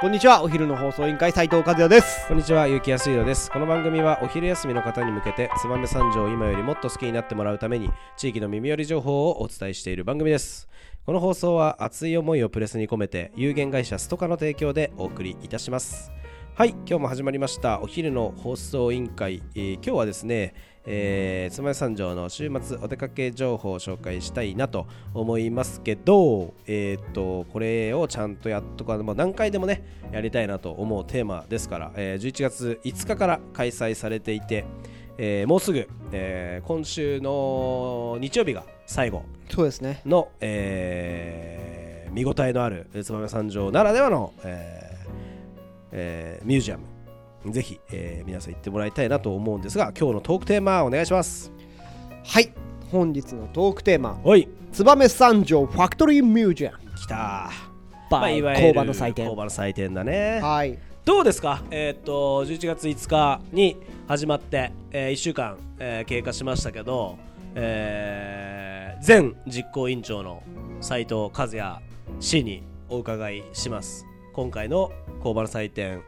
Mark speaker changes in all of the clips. Speaker 1: こんにちはお昼の放送委員会斉藤和也です
Speaker 2: こんにちは、ゆうきやすいろです。この番組はお昼休みの方に向けて、つばめ三条を今よりもっと好きになってもらうために、地域の耳寄り情報をお伝えしている番組です。この放送は熱い思いをプレスに込めて、有限会社ストカの提供でお送りいたします。はい、今日も始まりました、お昼の放送委員会。えー今日はですね、えー、つばめ三条の週末お出かけ情報を紹介したいなと思いますけど、えーっと、これをちゃんとやっとか、もう何回でもね、やりたいなと思うテーマですから、えー11月5日から開催されていて、えーもうすぐ、えー今週の日曜日が最後
Speaker 1: そうですね
Speaker 2: の、えー見応えのある燕三条ならではの、えーえーミュージアムぜひ、えー皆さん行ってもらいたいなと思うんですが今日のトークテーマお願いします
Speaker 1: はい本日のトークテーマ
Speaker 2: おい
Speaker 1: 燕三条ファクトリーミュージアム
Speaker 2: 来たま
Speaker 3: by
Speaker 2: あいわゆる
Speaker 3: 工場の祭典
Speaker 2: 工場の祭典だね
Speaker 1: はい
Speaker 2: どうですか、えーっと11月5日に始まって、え1週間、えー経過しましたけど、えー前実行委員長の斉藤和也氏にお伺いします今回の工場の祭典、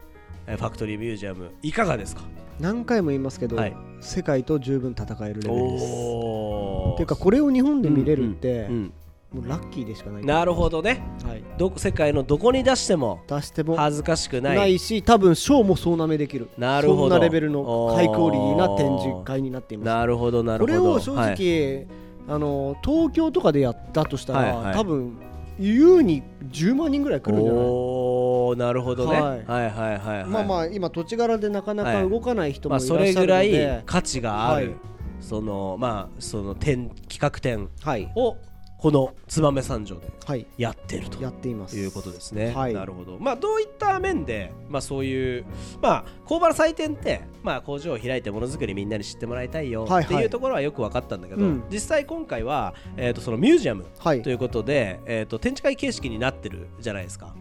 Speaker 2: えーファクトリーミュージアムいかがですか
Speaker 1: 何回も言いますけど、
Speaker 2: はい
Speaker 1: 世界と十分戦えるレベルです
Speaker 2: お
Speaker 1: ていうかこれを日本で見れるって、
Speaker 2: うん
Speaker 1: もうラッキーでしかない
Speaker 2: なるほどね
Speaker 1: はい、
Speaker 2: ど世界のどこに出しても
Speaker 1: 出しても
Speaker 2: 恥ずかしくない
Speaker 1: ないし多分ショーも総なめできる
Speaker 2: なるほど
Speaker 1: そんなレベルのハイクオリティな展示会になっています
Speaker 2: なるほどなる
Speaker 1: こ
Speaker 2: ほ
Speaker 1: れ
Speaker 2: ど
Speaker 1: を正
Speaker 2: はい
Speaker 1: 直、あの東京とかでやったとしたら、
Speaker 2: はいはい
Speaker 1: 多分優に10万人ぐらい来るんじゃない
Speaker 2: おーなるほどね、
Speaker 1: はい
Speaker 2: はいはいはいはい
Speaker 1: まあまあ今土地柄でなかなか動かない人
Speaker 2: ま
Speaker 1: も
Speaker 2: あ
Speaker 1: いらっし
Speaker 2: そ
Speaker 1: ゃる
Speaker 2: れ
Speaker 1: の
Speaker 2: ぐ
Speaker 1: で、
Speaker 2: ら
Speaker 1: はい
Speaker 2: い価値がある、
Speaker 1: はい
Speaker 2: そのまあその展企画展
Speaker 1: はい、
Speaker 2: をこの燕三条でやってると
Speaker 1: やっています
Speaker 2: いうことですね、
Speaker 1: はい
Speaker 2: なるほどまあどういった面でまあそういうまあ工場の祭典ってまあ工場を開いてものづくりみんなに知ってもらいたいよ
Speaker 1: はいはい
Speaker 2: っていうところはよく分かったんだけど、
Speaker 1: うん
Speaker 2: 実際今回は、えー、とそのミュージアム
Speaker 1: はい
Speaker 2: ということで、えー、と展示会形式になってるじゃないですか。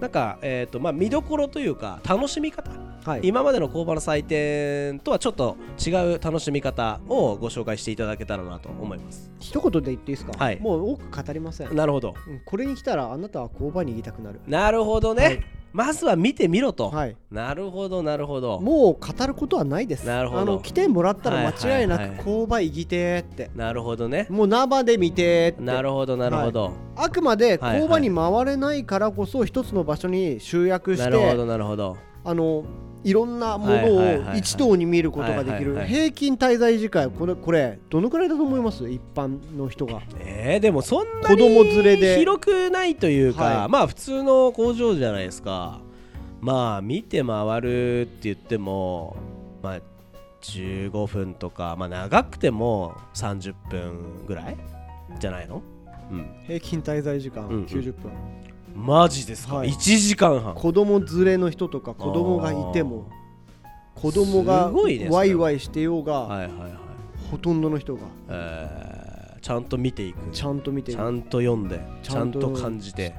Speaker 2: なんか、えーとまあ、見どころというか楽しみ方、
Speaker 1: はい
Speaker 2: 今までの工場の祭典とはちょっと違う楽しみ方をご紹介していただけたらなと思います。
Speaker 1: 一言で言っていいですか、
Speaker 2: はい
Speaker 1: もう多く語りません
Speaker 2: なるほど
Speaker 1: うんこれに来たらあなたは工場に行きたくなる
Speaker 2: なるほどね、
Speaker 1: はい
Speaker 2: まずは見てみろと、
Speaker 1: はい
Speaker 2: なるほどなるほど
Speaker 1: もう語ることはないです
Speaker 2: なるほど
Speaker 1: あの来てもらったら間違い
Speaker 2: はいはい
Speaker 1: な
Speaker 2: は
Speaker 1: く
Speaker 2: い
Speaker 1: 工場行きてーって
Speaker 2: なるほどね
Speaker 1: もう生で見てーって
Speaker 2: なるほどなるほど、
Speaker 1: あくまで
Speaker 2: はいはい
Speaker 1: 工場に回れないからこそ一つの場所に集約して、
Speaker 2: なるほどなるほど
Speaker 1: あのいろんなも
Speaker 2: はいはいはい
Speaker 1: の
Speaker 2: は
Speaker 1: を
Speaker 2: い
Speaker 1: 一堂に見ることがで
Speaker 2: は
Speaker 1: き
Speaker 2: いはい
Speaker 1: る
Speaker 2: はい
Speaker 1: 平均滞在時間これこれどのくらいだと思います一般の人が
Speaker 2: えー、でもそんな
Speaker 1: 子
Speaker 2: に
Speaker 1: 供連れで
Speaker 2: 広くないというか、
Speaker 1: はい
Speaker 2: まあ普通の工場じゃないですかまあ見て回るって言ってもまあ15分とかまあ長くても30分ぐらいじゃないのうん
Speaker 1: 平均滞在時間
Speaker 2: うんうん
Speaker 1: 90分、
Speaker 2: マジですか、
Speaker 1: はい
Speaker 2: 1時間半
Speaker 1: 子供連れの人とか子供がいても子供が
Speaker 2: すごいねそれ
Speaker 1: ワイワイしてよう
Speaker 2: あー
Speaker 1: が
Speaker 2: はいはいはい
Speaker 1: ほとんどの人が
Speaker 2: えー、ちゃんと見ていく
Speaker 1: ちゃんと見て
Speaker 2: ち
Speaker 1: る
Speaker 2: ゃんと読んでち
Speaker 1: ち
Speaker 2: ゃ
Speaker 1: ゃ
Speaker 2: ん
Speaker 1: んと
Speaker 2: と感じて、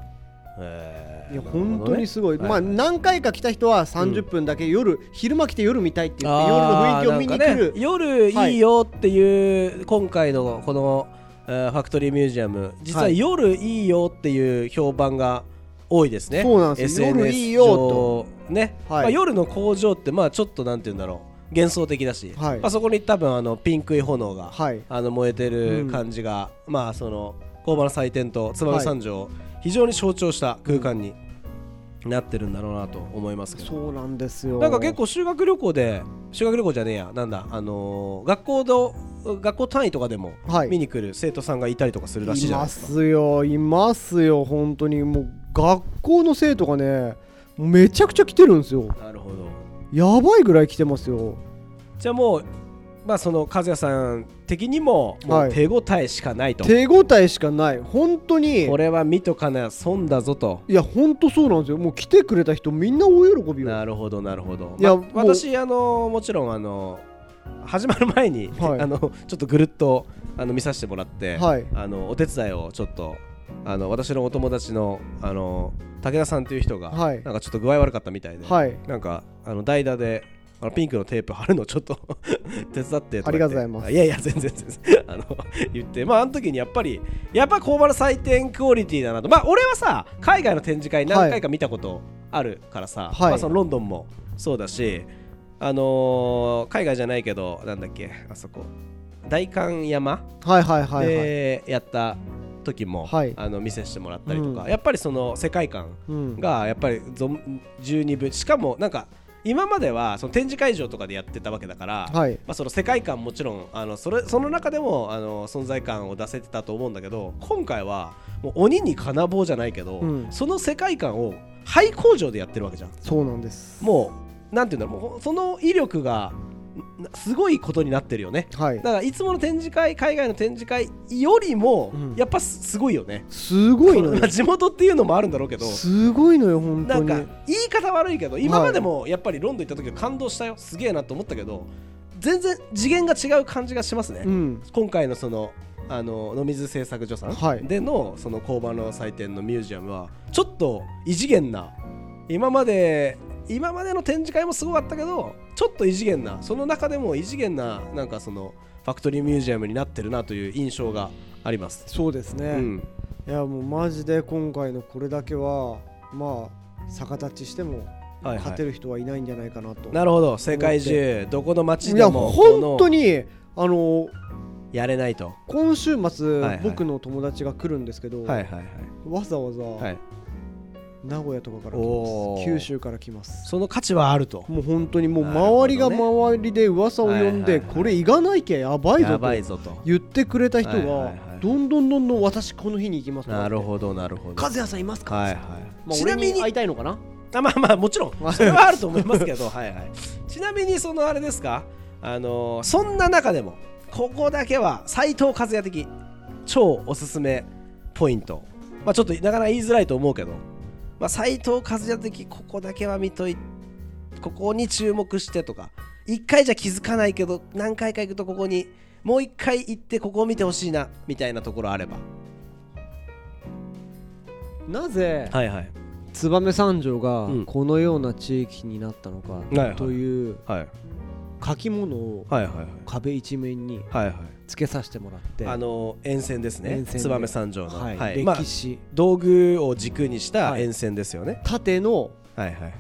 Speaker 2: えー
Speaker 1: いや
Speaker 2: なるほどね
Speaker 1: 本当にすごい、
Speaker 2: はい
Speaker 1: まあ何回か来た人は30分だけ夜、昼間来て夜見たいって言って夜の雰囲気を見に来
Speaker 2: あーなんかね
Speaker 1: る、
Speaker 2: 夜いいよっていう、今回のこの、えーファクトリーミュージアム実は
Speaker 1: はい
Speaker 2: 夜いいよっていう評判が多いですね
Speaker 1: そうなんですよ
Speaker 2: SNS
Speaker 1: 夜いいよと
Speaker 2: 上ね、
Speaker 1: はい
Speaker 2: まあ、夜の工場ってまあちょっとなんて言うんだろう幻想的だし、
Speaker 1: はい
Speaker 2: まあ、そこに多分あのピンクい炎が、
Speaker 1: はい
Speaker 2: あの燃えてる
Speaker 1: うん
Speaker 2: 感じが、まあその工場の祭典と燕三条を非常に象徴した空間になってるんだろうなと思いますけど
Speaker 1: そうなんですよ
Speaker 2: なんか結構修学旅行で修学旅行じゃねえやなんだあのー学校の学校単位とかでも
Speaker 1: はい
Speaker 2: 見に来る生徒さんがいたりとかするらしい
Speaker 1: い
Speaker 2: じゃない
Speaker 1: ま
Speaker 2: ですか。
Speaker 1: すよいますよ本当にもう学校の生徒がねめちゃくちゃ来てるんですよ
Speaker 2: なるほど。
Speaker 1: やばいぐらい来てますよ
Speaker 2: じゃあもうまあその和也さん的にもも
Speaker 1: は
Speaker 2: う
Speaker 1: い
Speaker 2: 手応えしかないと、
Speaker 1: 手応えしかない本当に
Speaker 2: これは見とかな損だぞと。
Speaker 1: いや本当そうなんですよもう来てくれた人みんな大喜びよ
Speaker 2: なるほどなるほど。
Speaker 1: いや
Speaker 2: まあ
Speaker 1: もう
Speaker 2: 私あのーもちろんあのー始まる前に、
Speaker 1: はい
Speaker 2: あのちょっとぐるっとあの見させてもらって、
Speaker 1: はい
Speaker 2: あのお手伝いをちょっとあの私のお友達のあの武田さんという人が、
Speaker 1: はい
Speaker 2: なんかちょっと具合悪かったみたいで、
Speaker 1: はい
Speaker 2: なんかあの代打であのピンクのテープ貼るのちょっと 手伝ってとか言って
Speaker 1: ありがとうございます
Speaker 2: いやいや全然全然 あの言ってまああの時にやっぱりやっぱ工場の祭典クオリティだなとまあ俺はさ海外の展示会何回か見たことあるからさ、
Speaker 1: はい
Speaker 2: まあ、そのロンドンもそうだし、あのー海外じゃないけどなんだっけあそこ代官山
Speaker 1: はいはいはいはい、
Speaker 2: でやった時も、
Speaker 1: はい
Speaker 2: あの見せしてもらったりとか、
Speaker 1: う
Speaker 2: やっぱりその世界観
Speaker 1: うん、
Speaker 2: がやっぱり存十二分しかもなんか今まではその展示会場とかでやってたわけだから、
Speaker 1: はい
Speaker 2: まあ、その世界観もちろんあのそれその中でもあの存在感を出せてたと思うんだけど今回はもう鬼に金棒じゃないけど、
Speaker 1: うん
Speaker 2: その世界観を廃工場でやってるわけじゃん
Speaker 1: そうなんです
Speaker 2: もうなんていうんだろうもうその威力がなすごいことになってるよね
Speaker 1: はい
Speaker 2: だからいつもの展示会海外の展示会よりも、
Speaker 1: うん
Speaker 2: やっぱすすごいよね
Speaker 1: すごいの
Speaker 2: まあ
Speaker 1: よ
Speaker 2: 地元っていうのもあるんだろうけど
Speaker 1: すごいのよ本
Speaker 2: な
Speaker 1: 当
Speaker 2: んか
Speaker 1: に
Speaker 2: 言い方悪いけど今までもやっぱりロンドン行った時は感動したよすげえなと思ったけど全然次元が違う感じがしますね、
Speaker 1: うん
Speaker 2: 今回のそのあの野水製作所さ
Speaker 1: はい
Speaker 2: んでのその工場の祭典のミュージアムはちょっと異次元な今まで今までの展示会もすごかったけどちょっと異次元なその中でも異次元ななんかそのファクトリーミュージアムになってるなという印象があります。
Speaker 1: そうですね、
Speaker 2: うん、
Speaker 1: いやもうマジで今回のこれだけはまあ逆立ちしても
Speaker 2: はいはい
Speaker 1: 勝てる人はいないんじゃないかなと、
Speaker 2: なるほど世界中どこの街
Speaker 1: い
Speaker 2: で
Speaker 1: や
Speaker 2: もこ
Speaker 1: 本当
Speaker 2: の
Speaker 1: にあの
Speaker 2: やれないと。
Speaker 1: 今週末、
Speaker 2: はいはい
Speaker 1: 僕の友達が来るんですけど、
Speaker 2: はいはい
Speaker 1: わざわざ、
Speaker 2: はい、はい、
Speaker 1: 名古屋とかから来
Speaker 2: お
Speaker 1: ま
Speaker 2: ー
Speaker 1: す九州から来ます
Speaker 2: その価値はあると。
Speaker 1: もう本当にもう
Speaker 2: なるほど
Speaker 1: 周
Speaker 2: ね
Speaker 1: りが周りで噂を呼ん
Speaker 2: はい
Speaker 1: で、
Speaker 2: はいはい
Speaker 1: これ行かないけやばいぞ
Speaker 2: や
Speaker 1: と
Speaker 2: ばいぞと。
Speaker 1: 言ってくれた人が、
Speaker 2: はいはいはい
Speaker 1: どんどんどんどん私この日に行きますとか
Speaker 2: なるほどなるほど。
Speaker 1: 和也さんいますか、
Speaker 2: はい
Speaker 1: ま
Speaker 2: はい。
Speaker 1: あ、
Speaker 2: ち
Speaker 1: ち
Speaker 2: な
Speaker 1: な
Speaker 2: み
Speaker 1: み
Speaker 2: に
Speaker 1: に会いたいのかな
Speaker 2: あまあまあもちろんそれはあると思いますけど はいはい。ちなみにそのあれですかあのーそんな中でもここだけは斉藤和也的超おすすめポイント。まあちょっとなかなか言いづらいと思うけど、まあ斉藤和也的ここだけは見といここに注目してとか一回じゃ気づかないけど何回か行くとここにもう一回行ってここを見てほしいなみたいなところあれば。
Speaker 1: なぜ
Speaker 2: はいはい
Speaker 1: 燕三条が
Speaker 2: うん
Speaker 1: このような地域になったの
Speaker 2: いはい
Speaker 1: かという
Speaker 2: はい
Speaker 1: 書き物を
Speaker 2: はいはいはい。
Speaker 1: 壁一面に
Speaker 2: はいはい、
Speaker 1: つけさせてもらって
Speaker 2: あの沿線ですね
Speaker 1: 沿線で
Speaker 2: 燕三条の、
Speaker 1: はい
Speaker 2: まあ
Speaker 1: 歴、史、
Speaker 2: 道具を軸にした
Speaker 1: はい
Speaker 2: 沿線ですよね、
Speaker 1: 縦の
Speaker 2: はい、はいはい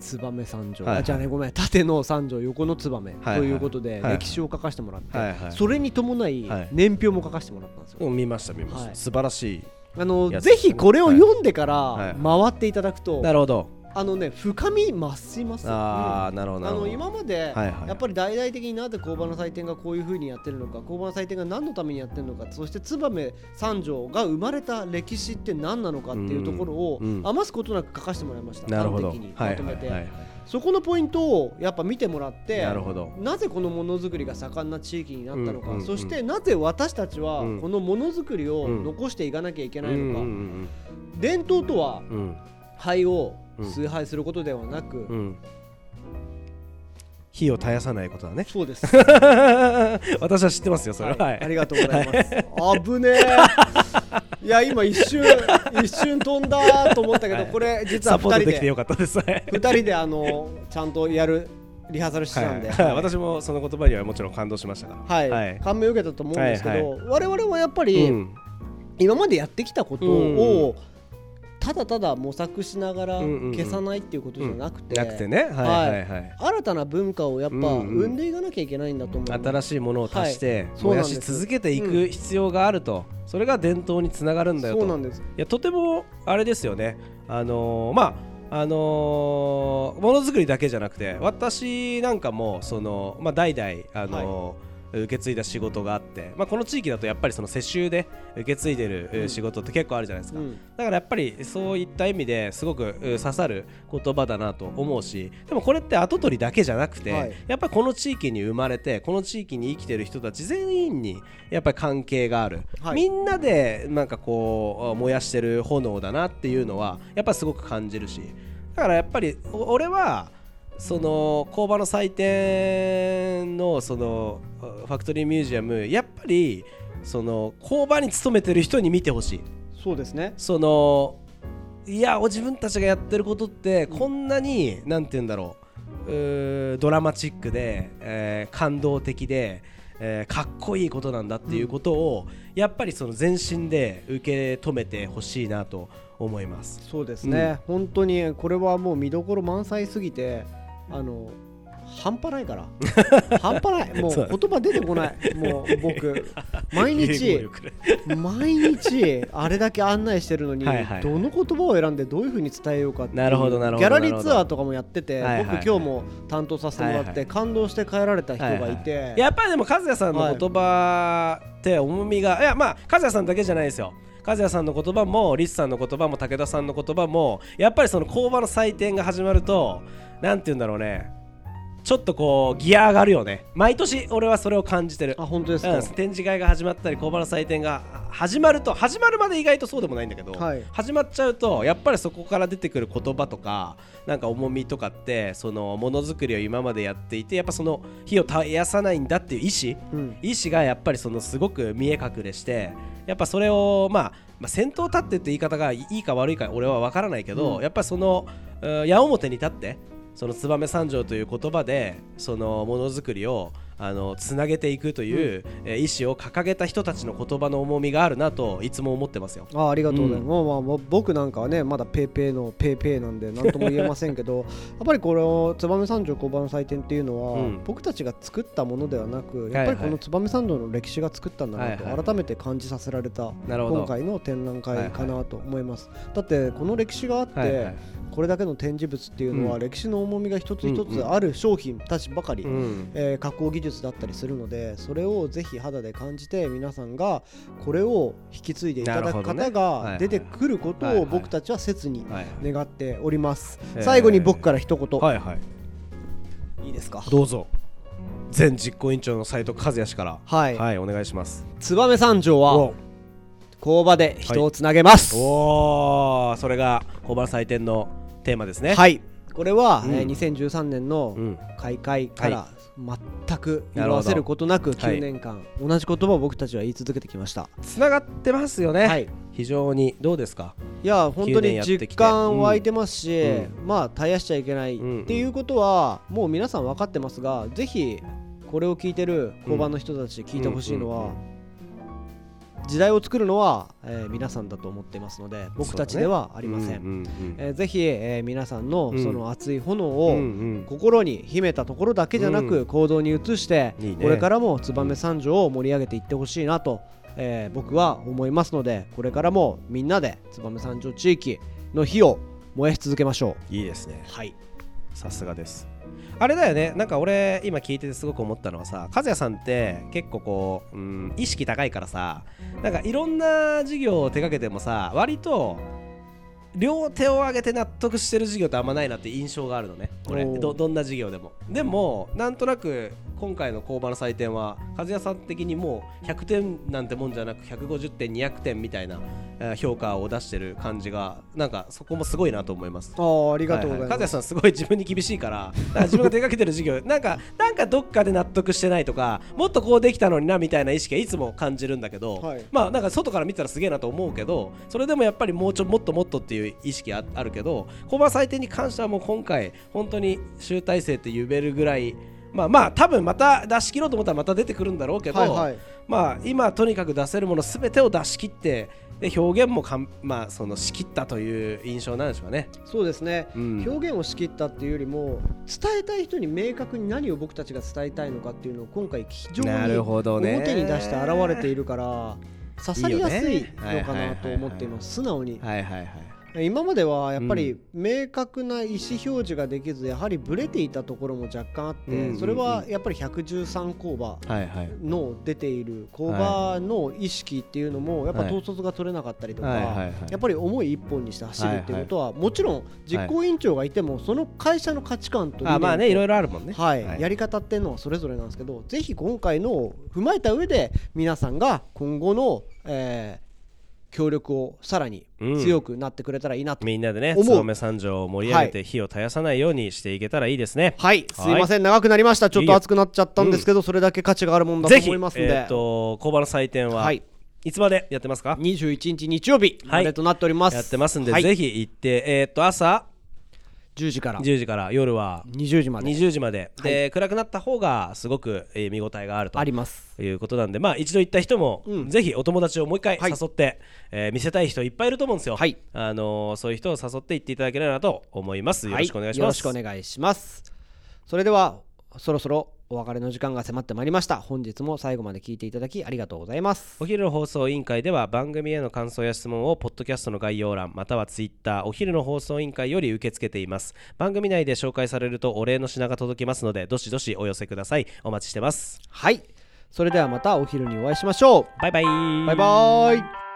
Speaker 1: 燕三条、
Speaker 2: はいはい
Speaker 1: あじゃあねごめん縦の三条横の燕
Speaker 2: はい
Speaker 1: ということで
Speaker 2: はい
Speaker 1: 歴史を書かせてもらって、
Speaker 2: はいはい
Speaker 1: それに伴い
Speaker 2: はい
Speaker 1: 年表も書かせてもらったんですよ、
Speaker 2: うん見ました見ました、
Speaker 1: はい
Speaker 2: 素晴らしい
Speaker 1: あの
Speaker 2: いや
Speaker 1: ぜひこれを読んでか
Speaker 2: は
Speaker 1: ら
Speaker 2: い
Speaker 1: 回っていただくと、
Speaker 2: なるほど
Speaker 1: あのね深み増します
Speaker 2: ああなるほ
Speaker 1: う
Speaker 2: ど
Speaker 1: ん
Speaker 2: な
Speaker 1: あ
Speaker 2: るほ
Speaker 1: の
Speaker 2: ど
Speaker 1: 今まで、
Speaker 2: はいはい
Speaker 1: やっぱり大々的になぜ工場の祭典がこういうふうにやってるのか工場の祭典が何のためにやってるのかそして燕三条が生まれた歴史って何なのかっていうところを、
Speaker 2: うんうん
Speaker 1: 余すことなく書かせてもらいました
Speaker 2: なるほど
Speaker 1: 端的にまとめて、
Speaker 2: はいはいはい
Speaker 1: そこのポイントをやっぱ見てもらって
Speaker 2: なるほど
Speaker 1: なぜこのものづくりが盛んな地域になったのか、
Speaker 2: うんうんうん
Speaker 1: そしてなぜ私たちは
Speaker 2: うん
Speaker 1: このものづくりを
Speaker 2: うん
Speaker 1: 残していかなきゃいけ
Speaker 2: うん
Speaker 1: ないうのか、
Speaker 2: ん
Speaker 1: 伝統とは
Speaker 2: うんうん
Speaker 1: 灰を
Speaker 2: うん
Speaker 1: 崇拝することではなく、
Speaker 2: うん火を絶やさないことだ ね
Speaker 1: そうです
Speaker 2: 私は知ってますよそれは、はい
Speaker 1: ありがとうございます。危ね え。いや今一瞬一瞬飛んだと思ったけど、
Speaker 2: はい
Speaker 1: これ実
Speaker 2: サ
Speaker 1: は
Speaker 2: ポー
Speaker 1: 二
Speaker 2: ト
Speaker 1: 人
Speaker 2: できて
Speaker 1: で
Speaker 2: よかったですね
Speaker 1: 二人であのちゃんとやるリハーサルしてたんで。
Speaker 2: はいはい
Speaker 1: はい
Speaker 2: 私もその言葉にはもちろん感動しましたから
Speaker 1: はい
Speaker 2: はい
Speaker 1: 感銘を受けたと思うんですけど、
Speaker 2: は
Speaker 1: 我々はやっぱり、
Speaker 2: うん
Speaker 1: 今までやってきたこと
Speaker 2: うんう
Speaker 1: をただただ模索しながら
Speaker 2: うんうんうん
Speaker 1: 消さないっていうことじゃなくて,、
Speaker 2: なくてねはいはいはい
Speaker 1: 新たな文化をやっぱ
Speaker 2: うんうん
Speaker 1: 生んでいかなきゃいけないんだと思う、
Speaker 2: 新しいものを足し
Speaker 1: は
Speaker 2: て
Speaker 1: い
Speaker 2: 燃やし続けていく必要があると、それが伝統につながるんだよ
Speaker 1: そうな
Speaker 2: と
Speaker 1: んです
Speaker 2: いやとてもあれですよねあのーまああのーものづくりだけじゃなくて私なんかもその、まあ、代々、あのー受け継いだ仕事があって、まあ、この地域だとやっぱりその世襲で受け継いでるえー
Speaker 1: うん
Speaker 2: 仕事って結構あるじゃないですか、
Speaker 1: うん
Speaker 2: だからやっぱりそういった意味ですごくう刺さる言葉だなと思うしでもこれって跡取りだけじゃなくて、
Speaker 1: はい
Speaker 2: やっぱりこの地域に生まれてこの地域に生きてる人たち全員にやっぱり関係がある、
Speaker 1: はい
Speaker 2: みんなでなんかこう燃やしてる炎だなっていうのはやっぱすごく感じるしだからやっぱりお俺はその工場の祭典のそのファクトリーミュージアムやっぱりその工場に勤めてる人に見てほしい。
Speaker 1: そうですね
Speaker 2: そのいやお自分たちがやってることってこんなに何て言うんだろううードラマチックで、えー感動的で、えーかっこいいことなんだっていうことを、やっぱりその全身で受け止めてほしいなと思います。
Speaker 1: そうですね、本当にこれはもう見どころ満載すぎてあの半端ないから 半端ないもう
Speaker 2: そうだね
Speaker 1: 言葉出てこないもう僕毎
Speaker 2: 英 語
Speaker 1: 日
Speaker 2: 力ね
Speaker 1: 毎日あれだけ案内してるのに
Speaker 2: はいはい
Speaker 1: どの言葉を選んでどういうふうに伝えようかっていう
Speaker 2: なるほどなるほ
Speaker 1: ギ
Speaker 2: ど
Speaker 1: ャラリーツアーとかもやってて
Speaker 2: はいはいはい
Speaker 1: 僕今日も担当させてもら
Speaker 2: は
Speaker 1: っ
Speaker 2: いはい
Speaker 1: て感動して帰られた人がい
Speaker 2: はは
Speaker 1: て
Speaker 2: やっぱりでも和也さんの言葉って重みが、い、やまあ和也さんだけじゃないですよ和也さんの言葉もリスさんの言葉も武田さんの言葉もやっぱりその工場の祭典が始まるとなんて言うんだろうねちょっとこうギア上がるよね毎年俺はそれを感じてる
Speaker 1: あ本当です
Speaker 2: う
Speaker 1: か
Speaker 2: ん、展示会が始まったり工場の祭典があ始まると始まるまで意外とそうでもないんだけど、
Speaker 1: はい
Speaker 2: 始まっちゃうとやっぱりそこから出てくる言葉とかなんか重みとかってそのものづくりを今までやっていてやっぱその火を絶やさないんだっていう意思
Speaker 1: うん
Speaker 2: 意思がやっぱりそのすごく見え隠れしてやっぱそれを、まあ、まあ先頭立ってって言い方がいいか悪いか俺は分からないけど、
Speaker 1: うん
Speaker 2: やっぱりそのうん矢面に立ってその燕三条という言葉でそのものづくりをあのつなげていくという、えー意思を掲げた人たちの言葉の重みがあるなといつも思ってますよ。
Speaker 1: あありがとうございます、
Speaker 2: うん
Speaker 1: まあまあまあ僕なんかはねまだペーペーのペーペーなんで何とも言えません けどやっぱりこの燕三条工場の祭典っていうのは、
Speaker 2: うん
Speaker 1: 僕たちが作ったものではなく
Speaker 2: い
Speaker 1: やっぱりこの燕三条の歴史が作ったんだな
Speaker 2: はいは
Speaker 1: と
Speaker 2: い
Speaker 1: 改めて感じさせられた
Speaker 2: なるほど
Speaker 1: 今回の展覧会かなと思います、だってこの歴史があって、
Speaker 2: はいはい
Speaker 1: これだけの展示物っていうの
Speaker 2: う
Speaker 1: は
Speaker 2: ん
Speaker 1: 歴史の重みが一つ一
Speaker 2: うんう
Speaker 1: つ
Speaker 2: ん
Speaker 1: ある商品たちばかり、
Speaker 2: うん
Speaker 1: えー加工技術だったりするのでそれをぜひ肌で感じて皆さんがこれを引き継いでいただく
Speaker 2: な
Speaker 1: 方
Speaker 2: るほどねはいは
Speaker 1: が
Speaker 2: い
Speaker 1: 出てくること
Speaker 2: はいは
Speaker 1: を
Speaker 2: い
Speaker 1: 僕たちは切に
Speaker 2: はい
Speaker 1: 願っております
Speaker 2: えー
Speaker 1: 最後に僕から一言
Speaker 2: はいはい
Speaker 1: いいですか
Speaker 2: どうぞ前実行委員長の斉藤和也氏から
Speaker 1: はい
Speaker 2: はいお願いします。
Speaker 1: 燕三条
Speaker 2: お
Speaker 1: は工場で人をつなげます
Speaker 2: おーそれが小判祭典のテーマですね
Speaker 1: はいこれは
Speaker 2: うん
Speaker 1: えー2013年の
Speaker 2: うん、
Speaker 1: 開会から全く色
Speaker 2: なるほ
Speaker 1: あ
Speaker 2: ど
Speaker 1: せることなく
Speaker 2: はい
Speaker 1: 9年間同じ言葉を僕たちは言い続けてきました
Speaker 2: つながってますよね、
Speaker 1: はい
Speaker 2: 非常にどうですか
Speaker 1: いや本当
Speaker 2: 9年
Speaker 1: に
Speaker 2: やってきて
Speaker 1: 実感湧いてますし、
Speaker 2: う
Speaker 1: まあ絶やしちゃいけないっ
Speaker 2: うん
Speaker 1: ていうことは、もう皆さん分かってますがぜひこれを聞いてる交番の人たちに聞いてほしいのは、
Speaker 2: うんうん
Speaker 1: 時代を作るのは、えー皆さんだと思ってますので僕たちではあ
Speaker 2: あ
Speaker 1: りません、
Speaker 2: うんうん
Speaker 1: えーぜひ、えー皆さんの
Speaker 2: うん
Speaker 1: その熱い炎
Speaker 2: うん
Speaker 1: を、
Speaker 2: うん
Speaker 1: 心に秘めたところだけじゃな
Speaker 2: う
Speaker 1: く行動に移して、
Speaker 2: いいね
Speaker 1: これからも燕三条を盛り上げていってほしいなと、えー僕は思いますのでこれからもみんなで燕三条地域の火を燃やし続けましょ
Speaker 2: いいですね
Speaker 1: うはい
Speaker 2: さすがですあれだよねなんか俺今聞いててすごく思ったのはさ和也さんって結構こう、うん、意識高いからさなんかいろんな事業を手掛けてもさ割と両手を挙げて納得してる事業ってあんまないなって印象があるのね俺
Speaker 1: おー
Speaker 2: どどんな事業でもでもなんとなく今回の工場の採点は和也さん的にもう100点なんてもんじゃなく150点200点みたいなえー評価を出してる感じがなんかそこもすごいなと思います
Speaker 1: あーありがとうござ
Speaker 2: はいは和
Speaker 1: ま
Speaker 2: 也
Speaker 1: す、
Speaker 2: さんすごい自分に厳しいからなんか自分が手掛けてる事業 なんかなんかどっかで納得してないとかもっとこうできたのになみたいな意識はいつも感じるんだけど、
Speaker 1: はい
Speaker 2: まあなんか外から見たらすげえなと思うけどそれでもやっぱりもうちょもっともっとっていう意識ああるけど小馬採点に関してはもう今回本当に集大成って言えるぐらい。まあまあ多分また出し切ろうと思ったらまた出てくるんだろうけど、
Speaker 1: はいはい
Speaker 2: まあ今とにかく出せるもの全てを出し切ってで表現もかんまあその仕切ったという印象なんでしょうね。
Speaker 1: そうですね、
Speaker 2: うん
Speaker 1: 表現を仕切ったっていうよりも伝えたい人に明確に何を僕たちが伝えたいのかっていうのを今回非常に
Speaker 2: なるほどね
Speaker 1: 表に出して現れているから刺さりやすいのかなと思っています素直に
Speaker 2: はいはいはい。
Speaker 1: 今まではやっぱ
Speaker 2: う
Speaker 1: り明確な意思表示ができずやはりブレていたところも若干あっ
Speaker 2: うんうんう
Speaker 1: て
Speaker 2: ん
Speaker 1: それはやっぱり113工場
Speaker 2: はいはい。
Speaker 1: の出ている工場の意識っていうのもやっぱ
Speaker 2: はい
Speaker 1: 統率が取れなかったりとか
Speaker 2: はいはいはい
Speaker 1: やっぱり思い一本にして走るっていうことはもちろん実行委員長がいてもその会社の価値観と
Speaker 2: あまあねいろ
Speaker 1: い
Speaker 2: いろあるもんね。
Speaker 1: はい
Speaker 2: はい
Speaker 1: やり方っていうのはそれぞれなんですけどぜひ今回のを踏まえた上で皆さんが今後のえー協力をさらに強くなってくれたらいいなと
Speaker 2: みんなでね、
Speaker 1: 思う
Speaker 2: 燕三条を盛り上げて火を絶やさないようにしていけたらいいですね。
Speaker 1: はい、すい
Speaker 2: はい
Speaker 1: ません、長くなりました。ちょっ
Speaker 2: いい
Speaker 1: と
Speaker 2: よ
Speaker 1: 熱くなっちゃったんですけど、それだけ価値があるもんだと
Speaker 2: ぜひ、
Speaker 1: 思いますん
Speaker 2: え
Speaker 1: で
Speaker 2: っ、。と、工場の祭典は、
Speaker 1: はいい、
Speaker 2: つまでやってますか
Speaker 1: 21日日曜日、
Speaker 2: はい
Speaker 1: までとなっております。
Speaker 2: やってますんで、
Speaker 1: はい
Speaker 2: ぜひ行って、えっと、朝、
Speaker 1: 10時から
Speaker 2: 10時から夜は
Speaker 1: 20時まで
Speaker 2: 20時まで、で暗くなった方がすごく、えー見応えがあると
Speaker 1: あります
Speaker 2: いうことなんで、まあ、一度行った人も、
Speaker 1: うん
Speaker 2: ぜひお友達をもう一回
Speaker 1: はい
Speaker 2: 誘って、えー見せたい人いっぱいいると思うんですよ、
Speaker 1: はい
Speaker 2: あのーそういう人を誘って行っていただければなと思いますよろしくお願いし
Speaker 1: はよろ
Speaker 2: ま
Speaker 1: し
Speaker 2: す、
Speaker 1: くお願いしますそれではそろそろお別れの時間が迫ってまいりました本日も最後まで聞いていただきありがとうございます
Speaker 2: お昼の放送委員会では番組への感想や質問をポッドキャストの概要欄またはツイッターお昼の放送委員会より受け付けています番組内で紹介されるとお礼の品が届きますのでどしどしお寄せくださいお待ちしてます
Speaker 1: はいそれではまたお昼にお会いしましょう
Speaker 2: バイバイ
Speaker 1: バイバーイ